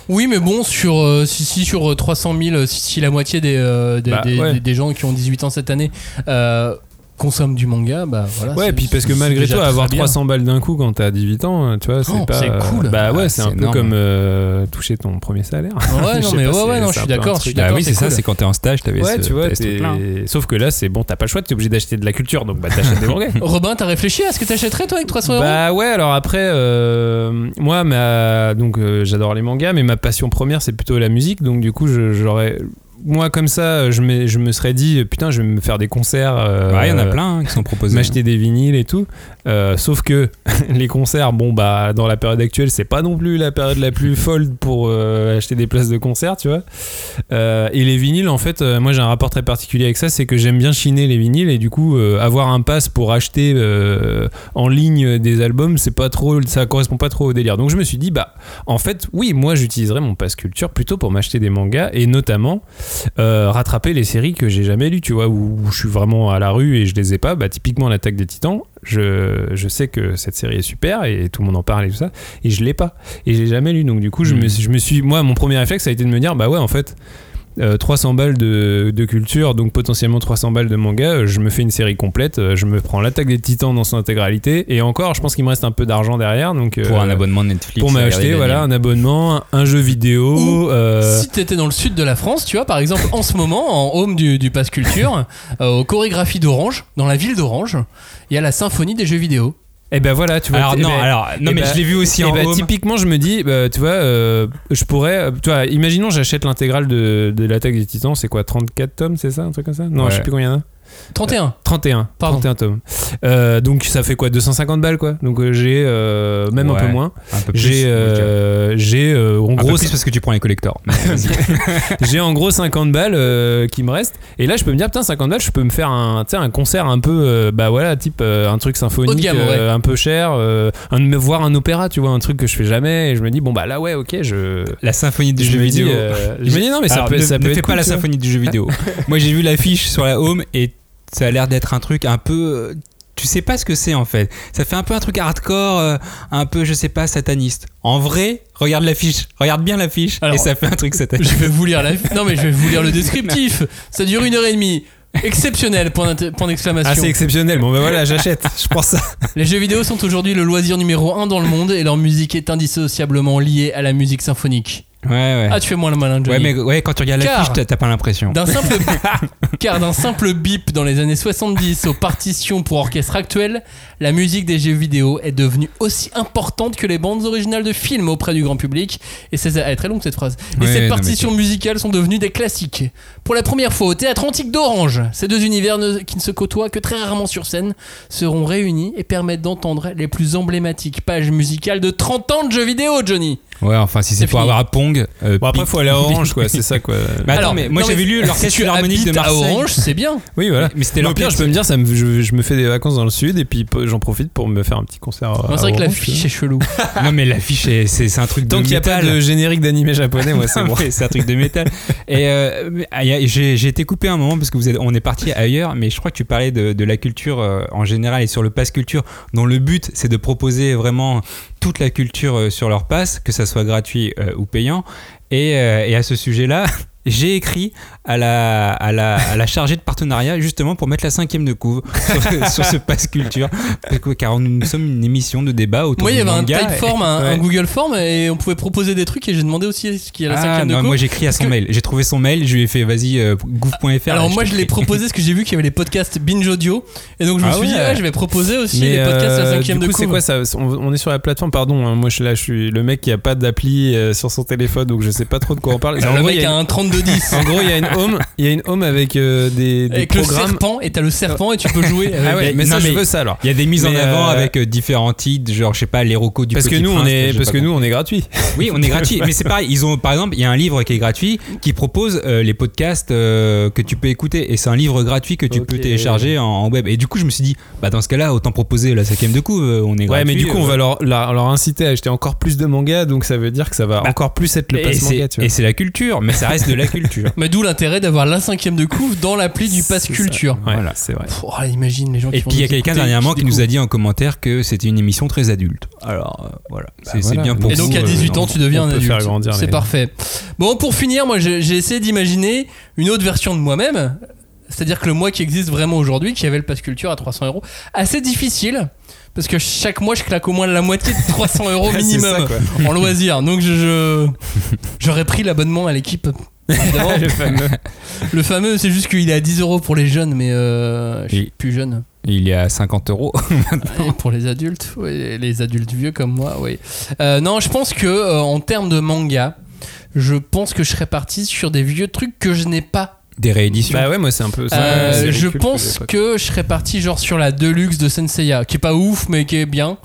Speaker 12: Oui, mais bon, sur euh, si, si sur euh, 300 000, euh, si, si la moitié des, euh, des,
Speaker 9: Bah,
Speaker 12: des-
Speaker 9: ouais.
Speaker 12: des- des gens qui ont 18 ans cette année euh, consomment du manga, bah voilà.
Speaker 9: Ouais,
Speaker 12: c'est-
Speaker 9: puis parce que
Speaker 12: c'est
Speaker 9: malgré
Speaker 12: déjà
Speaker 9: tout,
Speaker 12: très
Speaker 9: avoir
Speaker 12: bien.
Speaker 9: 300 balles d'un coup quand t'as 18 ans, tu vois, c'est
Speaker 12: Oh,
Speaker 9: pas.
Speaker 12: c'est cool.
Speaker 9: Bah ouais,
Speaker 10: Ah,
Speaker 9: c'est un
Speaker 10: c'est
Speaker 9: peu
Speaker 10: énorme.
Speaker 9: comme euh, toucher ton premier salaire.
Speaker 12: Ouais,
Speaker 9: Je
Speaker 12: Ah, non,
Speaker 9: sais
Speaker 12: mais
Speaker 9: pas,
Speaker 12: ouais, ouais,
Speaker 9: c'est-
Speaker 12: non, je
Speaker 9: c'est
Speaker 12: suis
Speaker 9: un peu un
Speaker 12: d'accord. je suis
Speaker 9: truc.
Speaker 10: Bah
Speaker 12: d'accord,
Speaker 10: oui, c'est ça,
Speaker 12: cool.
Speaker 10: c'est quand t'es en stage, t'avais
Speaker 9: Ouais,
Speaker 10: ce-
Speaker 9: tu vois,
Speaker 10: t'avais ce
Speaker 9: t'es-
Speaker 10: truc-là, hein.
Speaker 9: sauf que là, c'est bon, t'as pas le choix, t'es obligé d'acheter de la culture, donc bah t'achètes des mangas.
Speaker 12: Robin, t'as réfléchi à ce que t'achèterais toi avec 300 euros
Speaker 9: Bah ouais, alors après, euh, moi, ma, donc euh, j'adore les mangas, mais ma passion première, c'est plutôt la musique. Donc du coup, je- j'aurais, moi comme ça, je, m'ai- je me serais dit, euh, putain, je vais me faire des concerts. euh,
Speaker 10: Ouais, il y en a plein hein, qui sont proposés.
Speaker 9: M'acheter des vinyles et tout. Euh, sauf que les concerts, bon, bah, dans la période actuelle, c'est pas non plus la période la plus folle pour euh, acheter des places de concert, tu vois. Euh, et les vinyles, en fait, euh, moi j'ai un rapport très particulier avec ça, c'est que j'aime bien chiner les vinyles et du coup, euh, avoir un pass pour acheter euh, en ligne des albums, c'est pas trop, ça correspond pas trop au délire. Donc je me suis dit, bah, en fait, oui, moi j'utiliserais mon pass culture plutôt pour m'acheter des mangas et notamment euh, rattraper les séries que j'ai jamais lues, tu vois, où, où je suis vraiment à la rue et je les ai pas. Bah, typiquement, l'attaque des titans, je, je sais que cette série est super et tout le monde en parle et tout ça, et je l'ai pas. Et je l'ai jamais lu. Donc, du
Speaker 10: Mm.
Speaker 9: coup, je,
Speaker 10: Hmm.
Speaker 9: me, je me suis. Moi, mon premier réflexe, ça a été de me dire, bah ouais, en fait. euh, 300 balles de, de culture, donc potentiellement 300 balles de manga, euh, je me fais une série complète, euh, je me prends l'attaque des titans dans son intégralité, et encore, je pense qu'il me reste un peu d'argent derrière, donc euh,
Speaker 10: pour un abonnement de Netflix.
Speaker 9: pour
Speaker 10: regarder
Speaker 9: m'acheter
Speaker 10: des
Speaker 9: voilà
Speaker 10: animés.
Speaker 9: un abonnement, un jeu vidéo.
Speaker 12: Ou
Speaker 9: euh,
Speaker 12: Si t'étais dans le sud de la France, tu vois, par exemple, en ce moment, en home du, du Pass Culture, euh, aux chorégraphies d'Orange, dans la ville d'Orange, il y a la symphonie des jeux vidéo.
Speaker 9: Et ben voilà, tu vois.
Speaker 10: Alors
Speaker 9: eh
Speaker 10: non,
Speaker 9: ben-
Speaker 10: alors non,
Speaker 9: eh
Speaker 10: mais
Speaker 9: ben-
Speaker 10: je l'ai vu aussi
Speaker 9: eh
Speaker 10: en
Speaker 9: ben,
Speaker 10: home.
Speaker 9: typiquement, je me dis, bah, tu vois, euh, je pourrais, euh, tu vois, imaginons, j'achète l'intégrale de, de l'attaque des Titans, c'est quoi, 34 tomes, c'est ça, un truc comme ça Non,
Speaker 10: Ouais.
Speaker 9: je sais plus combien il y en a. Euh,
Speaker 12: 31.
Speaker 9: 31,
Speaker 12: Pardon.
Speaker 9: 31 tomes. Euh, donc ça fait quoi, 250 balles quoi. Donc euh, j'ai euh, même un peu
Speaker 10: Ouais.
Speaker 9: moins.
Speaker 10: Un peu plus,
Speaker 9: J'ai, euh, j'ai euh, en
Speaker 10: un peu
Speaker 9: gros,
Speaker 10: plus parce que tu prends les collecteurs.
Speaker 9: j'ai en gros 50 balles euh, qui me restent. Et là, je peux me dire, putain, 50 balles, je peux me faire un, tu sais, un concert un peu, euh, bah voilà, type euh, un
Speaker 12: Haut
Speaker 9: truc
Speaker 12: de
Speaker 9: symphonique,
Speaker 12: gamme, ouais.
Speaker 9: euh, un peu cher, euh, un, voir un opéra, tu vois, un truc que je fais jamais. Et je me dis, bon, bah là, ouais, ok, je.
Speaker 10: La symphonie du
Speaker 9: je
Speaker 10: jeu
Speaker 9: me
Speaker 10: vidéo.
Speaker 9: Dis, euh, je me dis, non, mais ça
Speaker 10: Alors,
Speaker 9: peut,
Speaker 10: ne,
Speaker 9: ça
Speaker 10: ne
Speaker 9: peut
Speaker 10: fais
Speaker 9: être
Speaker 10: pas
Speaker 9: cool,
Speaker 10: la
Speaker 9: tu vois.
Speaker 10: symphonie du jeu vidéo. Moi, j'ai vu l'affiche sur la home et ça a l'air d'être un truc un peu euh, tu sais pas ce que c'est en fait. Ça fait un peu un truc hardcore, euh, un peu, je sais pas, sataniste. En vrai, regarde l'affiche, regarde bien l'affiche,
Speaker 9: Alors,
Speaker 10: et ça fait un truc sataniste.
Speaker 9: Je vais vous lire la... Non mais je vais vous lire le descriptif. Ça dure une heure et demie. Exceptionnel, point d'inter-
Speaker 11: Ah, c'est
Speaker 9: point d'exclamation.
Speaker 11: exceptionnel. Bon, ben voilà, j'achète. Je prends ça.
Speaker 9: les jeux vidéo sont aujourd'hui le loisir numéro un dans le monde et leur musique est indissociablement liée à la musique symphonique.
Speaker 10: Ouais, ouais.
Speaker 9: Ah, tu fais moins le malin, Johnny.
Speaker 10: ouais, mais ouais, quand tu regardes
Speaker 9: Car-
Speaker 10: l'affiche, t'as- t'as pas l'impression.
Speaker 9: D'un simple car d'un simple bip dans les années 70 aux partitions pour orchestre actuel, la musique des jeux vidéo est devenue aussi importante que les bandes originales de films auprès du grand public. Et c'est elle est très longue cette phrase. Et
Speaker 10: Ouais, non,
Speaker 9: ces
Speaker 10: mais
Speaker 9: partitions musicales sont devenues des classiques. Pour la première fois au théâtre antique d'Orange, ces deux univers ne- qui ne se côtoient que très rarement sur scène seront réunis et permettent d'entendre les plus emblématiques pages musicales de 30 ans de jeux vidéo, Johnny.
Speaker 10: Ouais, enfin, si
Speaker 9: C'est
Speaker 10: c'est pour
Speaker 9: fini.
Speaker 10: avoir à Pong. euh,
Speaker 11: Bon, après,
Speaker 10: pique-
Speaker 11: faut aller à Orange, quoi. C'est ça, quoi.
Speaker 10: Bah, attends,
Speaker 9: Alors,
Speaker 10: mais moi
Speaker 9: non,
Speaker 10: j'avais
Speaker 9: mais
Speaker 10: lu
Speaker 9: si tu
Speaker 10: l'orchestre harmonique de
Speaker 9: habites à
Speaker 10: Marseille.
Speaker 9: Orange, c'est bien.
Speaker 11: Oui, voilà.
Speaker 10: Mais c'était
Speaker 11: Mais au
Speaker 10: leur
Speaker 11: pire, je peux me dire, ça me- je, je me fais des vacances dans le sud et puis peu- j'en profite pour me faire un petit concert. à-
Speaker 9: Moi,
Speaker 11: à
Speaker 9: c'est vrai
Speaker 10: Ah,
Speaker 9: que
Speaker 11: Orange,
Speaker 9: l'affiche est chelou.
Speaker 10: Non, mais l'affiche, est- c'est c'est un truc
Speaker 11: tu vois.
Speaker 10: de
Speaker 11: Tant qu'il n'y a pas
Speaker 10: métal.
Speaker 11: de générique d'animé japonais, moi, c'est
Speaker 10: Non,
Speaker 11: bon.
Speaker 10: mais Ah c'est un truc de métal. Et euh, mais, ah, y a- j'ai j'ai été coupé un moment parce que vous êtes, on est parti ailleurs, mais je crois que tu parlais de, de la culture euh, en général et sur le pass culture, dont le but c'est de proposer vraiment toute la culture euh, sur leur pass, que ça soit gratuit euh, ou payant. Et, euh, et à ce sujet-là, j'ai écrit à la, à, la, à la chargée de partenariat justement pour mettre la cinquième de couve sur, sur ce pass culture, Parce que- car nous, nous sommes une émission de débat autour
Speaker 9: Moi, il y
Speaker 10: du
Speaker 9: avait un
Speaker 10: manga.
Speaker 9: Typeform, un,
Speaker 10: Ouais.
Speaker 9: un Google Form, et on pouvait proposer des trucs, et j'ai demandé aussi ce qu'il y a à la
Speaker 10: Ah,
Speaker 9: cinquième de
Speaker 10: non,
Speaker 9: coupe.
Speaker 10: moi j'écris à son
Speaker 9: que-
Speaker 10: mail. J'ai trouvé son mail, je lui ai fait vas-y euh, gouv.fr.
Speaker 9: Alors,
Speaker 10: je
Speaker 9: moi,
Speaker 10: t'ai
Speaker 9: je l'ai
Speaker 10: écrit.
Speaker 9: proposé parce que j'ai vu qu'il y avait les podcasts Binge Audio, et donc je me
Speaker 10: Ah
Speaker 9: suis dit,
Speaker 10: ouais.
Speaker 9: ouais, je vais proposer aussi
Speaker 11: Mais,
Speaker 9: les podcasts à la
Speaker 11: euh,
Speaker 9: cinquième
Speaker 11: du
Speaker 9: de
Speaker 11: coup, c'est
Speaker 9: coupe.
Speaker 11: quoi ça on, on est sur la plateforme, pardon. hein, moi, je, suis là, je suis le mec qui a pas d'appli euh, sur son téléphone, donc je sais pas trop de quoi on parle. En
Speaker 9: le
Speaker 11: gros,
Speaker 9: mec
Speaker 11: il y a
Speaker 9: a un 32-10.
Speaker 11: En gros, il y a une home, il y a une home avec euh, des, des
Speaker 9: Avec le
Speaker 11: programmes.
Speaker 9: serpent, et t'as le serpent, et tu peux jouer. avec-
Speaker 11: Ah ouais, mais
Speaker 10: Non,
Speaker 11: ça, je
Speaker 10: mais-
Speaker 11: veux ça alors.
Speaker 10: Il y a des mises en
Speaker 11: Mais,
Speaker 10: avant
Speaker 11: euh,
Speaker 10: avec euh, différents titres, genre je sais pas, les rocos du
Speaker 11: Parce que
Speaker 10: Petit
Speaker 11: nous, on
Speaker 10: Prince,
Speaker 11: est,
Speaker 10: j'ai
Speaker 11: parce
Speaker 10: pas
Speaker 11: que
Speaker 10: compris.
Speaker 11: nous, on est gratuit.
Speaker 10: Oui, on est gratuit. mais c'est pareil, ils ont par exemple, il y a un livre qui est gratuit qui propose euh, les podcasts euh, que tu peux écouter. Et c'est un livre gratuit que tu peux
Speaker 11: Ok.
Speaker 10: télécharger en, en web. Et du coup, je me suis dit, bah dans ce cas-là, autant proposer la cinquième de couve. euh, On est gratuit.
Speaker 11: Ouais, mais du coup, on
Speaker 10: euh,
Speaker 11: va leur, leur, leur inciter à acheter encore plus de mangas, donc ça veut dire que ça va
Speaker 10: Bah,
Speaker 11: encore plus être le
Speaker 10: et
Speaker 11: passe manga, tu
Speaker 10: c'est- et
Speaker 11: vois.
Speaker 10: c'est la culture, mais ça reste de la culture.
Speaker 9: Mais d'où l'intérêt d'avoir la cinquième de couve dans l'appli du Pass
Speaker 11: C'est ça.
Speaker 9: Culture.
Speaker 11: Ouais, voilà, c'est vrai.
Speaker 9: Pff, oh, imagine les gens qui
Speaker 10: Et
Speaker 9: vont
Speaker 10: puis il y a
Speaker 9: nous
Speaker 10: quelqu'un
Speaker 9: écouter,
Speaker 10: dernièrement qui nous a
Speaker 9: découvrent.
Speaker 10: dit en commentaire que c'était une émission très adulte. Alors euh, voilà, c'est c'est
Speaker 11: voilà.
Speaker 10: bien pour
Speaker 9: Bah Et donc
Speaker 10: vous,
Speaker 9: à
Speaker 10: euh,
Speaker 9: 18 ans,
Speaker 10: non.
Speaker 9: tu deviens
Speaker 11: on
Speaker 9: un
Speaker 11: peut
Speaker 9: adulte.
Speaker 11: faire grandir
Speaker 9: C'est
Speaker 11: les-
Speaker 9: parfait. Bon, pour finir, moi j'ai j'ai essayé d'imaginer une autre version de moi-même, c'est-à-dire que le moi qui existe vraiment aujourd'hui, qui avait le pass culture à 300 euros, assez difficile. Parce que chaque mois, je claque au moins la moitié de 300 euros
Speaker 11: Ah, C'est
Speaker 9: minimum
Speaker 11: ça, quoi.
Speaker 9: en loisirs. Donc, je- je j'aurais pris l'abonnement à l'équipe. évidemment.
Speaker 11: Le fameux.
Speaker 9: le fameux, c'est juste qu'il est à 10 euros pour les jeunes, mais euh, je suis
Speaker 10: Oui.
Speaker 9: plus jeune.
Speaker 10: Il est à 50 euros.
Speaker 9: Et pour les adultes, oui, les adultes vieux comme moi, oui. Euh, non, je pense que euh, en termes de manga, je pense que je serais parti sur des vieux trucs que je n'ai pas.
Speaker 10: Des rééditions.
Speaker 11: Bah ouais, moi, c'est un peu. c'est un
Speaker 9: Euh,
Speaker 11: peu- c'est
Speaker 9: je
Speaker 11: ridicule
Speaker 9: pense
Speaker 11: que
Speaker 9: que je serais parti genre sur la deluxe de Senseiya, qui est pas ouf mais qui est bien.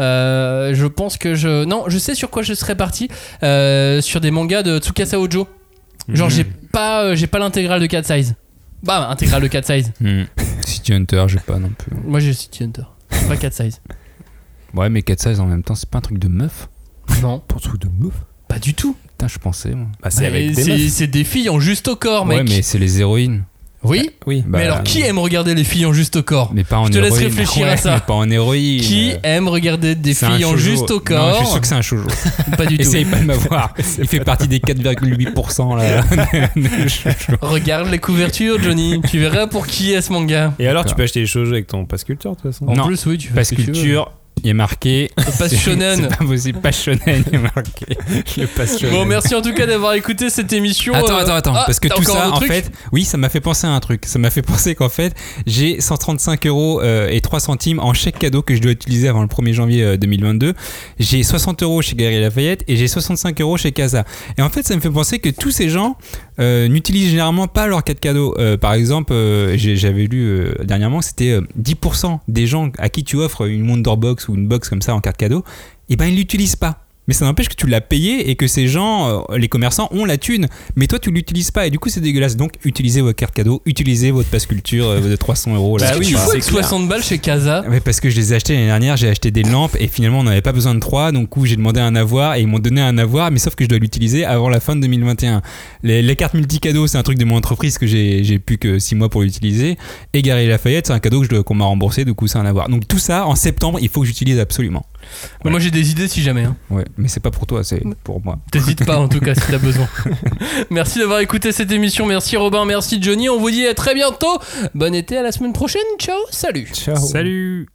Speaker 9: Euh, je pense que je non, je sais sur quoi je serais parti Euh, sur des mangas de Tsukasa Ojo. Genre
Speaker 11: Mhm.
Speaker 9: j'ai pas euh, j'ai pas l'intégrale de Cat Size. Bah intégrale de Cat Size.
Speaker 10: Hmm. City Hunter, j'ai pas non plus.
Speaker 9: Moi j'ai City Hunter, pas Cat Size.
Speaker 10: Ouais, mais 416 en même temps, c'est pas un truc de meuf.
Speaker 9: Non,
Speaker 10: Pas un truc de meuf
Speaker 9: pas du tout.
Speaker 10: Putain, je pensais. Moi.
Speaker 11: Bah, c'est
Speaker 9: Et
Speaker 11: avec des
Speaker 9: c'est-
Speaker 11: meufs.
Speaker 9: c'est des filles en juste au corps, mec.
Speaker 10: Ouais, mais c'est les héroïnes.
Speaker 9: Oui.
Speaker 11: Oui.
Speaker 10: Bah,
Speaker 9: mais alors, qui aime regarder les filles en juste au corps
Speaker 10: Mais pas en
Speaker 9: Je te laisse
Speaker 10: héroïne.
Speaker 9: réfléchir
Speaker 10: Ouais,
Speaker 9: à ça.
Speaker 10: mais Pas en héroïne.
Speaker 9: Qui aime regarder des
Speaker 10: euh, C'est un
Speaker 9: filles en
Speaker 10: shoujo.
Speaker 9: juste au
Speaker 10: Non, je suis
Speaker 9: corps
Speaker 10: sûr que c'est un shoujo.
Speaker 9: Pas du tout.
Speaker 10: Essaye pas de m'avoir. Il fait partie des 4,8% là. de shoujo.
Speaker 9: Regarde les couvertures, Johnny. tu verras pour qui est ce manga.
Speaker 11: Et alors, tu
Speaker 10: D'accord.
Speaker 11: peux acheter des choses avec ton pass culture, de toute façon.
Speaker 9: En
Speaker 10: Non,
Speaker 9: plus, oui, tu fais
Speaker 10: Passe
Speaker 9: ce que tu veux.
Speaker 10: culture, il est marqué.
Speaker 9: Pass
Speaker 10: C'est-
Speaker 9: shonen.
Speaker 10: C'est pas possible, pas shonen, il est marqué. Le pass shonen.
Speaker 9: Bon, merci en tout cas d'avoir écouté cette émission.
Speaker 10: Attends,
Speaker 9: Euh,
Speaker 10: attends, attends,
Speaker 9: ah,
Speaker 10: parce que
Speaker 9: t'as
Speaker 10: tout
Speaker 9: encore un
Speaker 10: ça, en
Speaker 9: truc
Speaker 10: fait, oui, ça m'a fait penser à un truc. Ça m'a fait penser qu'en fait, j'ai 135 euros euh, et 3 centimes en chèque cadeau que je dois utiliser avant le 1er janvier euh, 2022. J'ai 60 euros chez Galerie Lafayette et j'ai 65 euros chez Casa. Et en fait, ça me fait penser que tous ces gens euh, n'utilisent généralement pas leurs cartes cadeaux. Euh, par exemple, euh, j'ai- j'avais lu euh, dernièrement, c'était euh, 10% des gens à qui tu offres une Wonderbox ou une box comme ça en carte cadeau, et eh ben ils l'utilisent pas. Mais ça n'empêche que tu l'as payé et que ces gens, euh, les commerçants, ont la thune. Mais toi, tu l'utilises pas et du coup, c'est dégueulasse. Donc, utilisez vos cartes cadeaux, utilisez votre passe culture euh, de 300 euros. là.
Speaker 9: Parce que tu fous avec 60 balles chez Casa.
Speaker 10: Ah Ouais, parce que je les ai achetés l'année dernière, j'ai acheté des lampes et finalement on n'avait pas besoin de trois, donc du coup j'ai demandé un avoir et ils m'ont donné un avoir, mais sauf que je dois l'utiliser avant la fin de 2021. Les, les cartes multi-cadeaux, c'est un truc de mon entreprise que j'ai j'ai plus que six mois pour l'utiliser. Et Gary Lafayette, c'est un cadeau que je dois- qu'on m'a remboursé, du coup c'est un avoir. Donc tout ça en septembre, il faut que j'utilise absolument.
Speaker 9: Bah, Moi j'ai des idées si jamais. hein.
Speaker 10: Ouais, mais c'est pas pour toi, c'est pour moi.
Speaker 9: T'hésites pas en tout cas si t'as besoin. merci d'avoir écouté cette émission. Merci Robin, merci Johnny. On vous dit à très bientôt. Bon été à la semaine prochaine. Ciao, salut.
Speaker 11: Ciao.
Speaker 10: Salut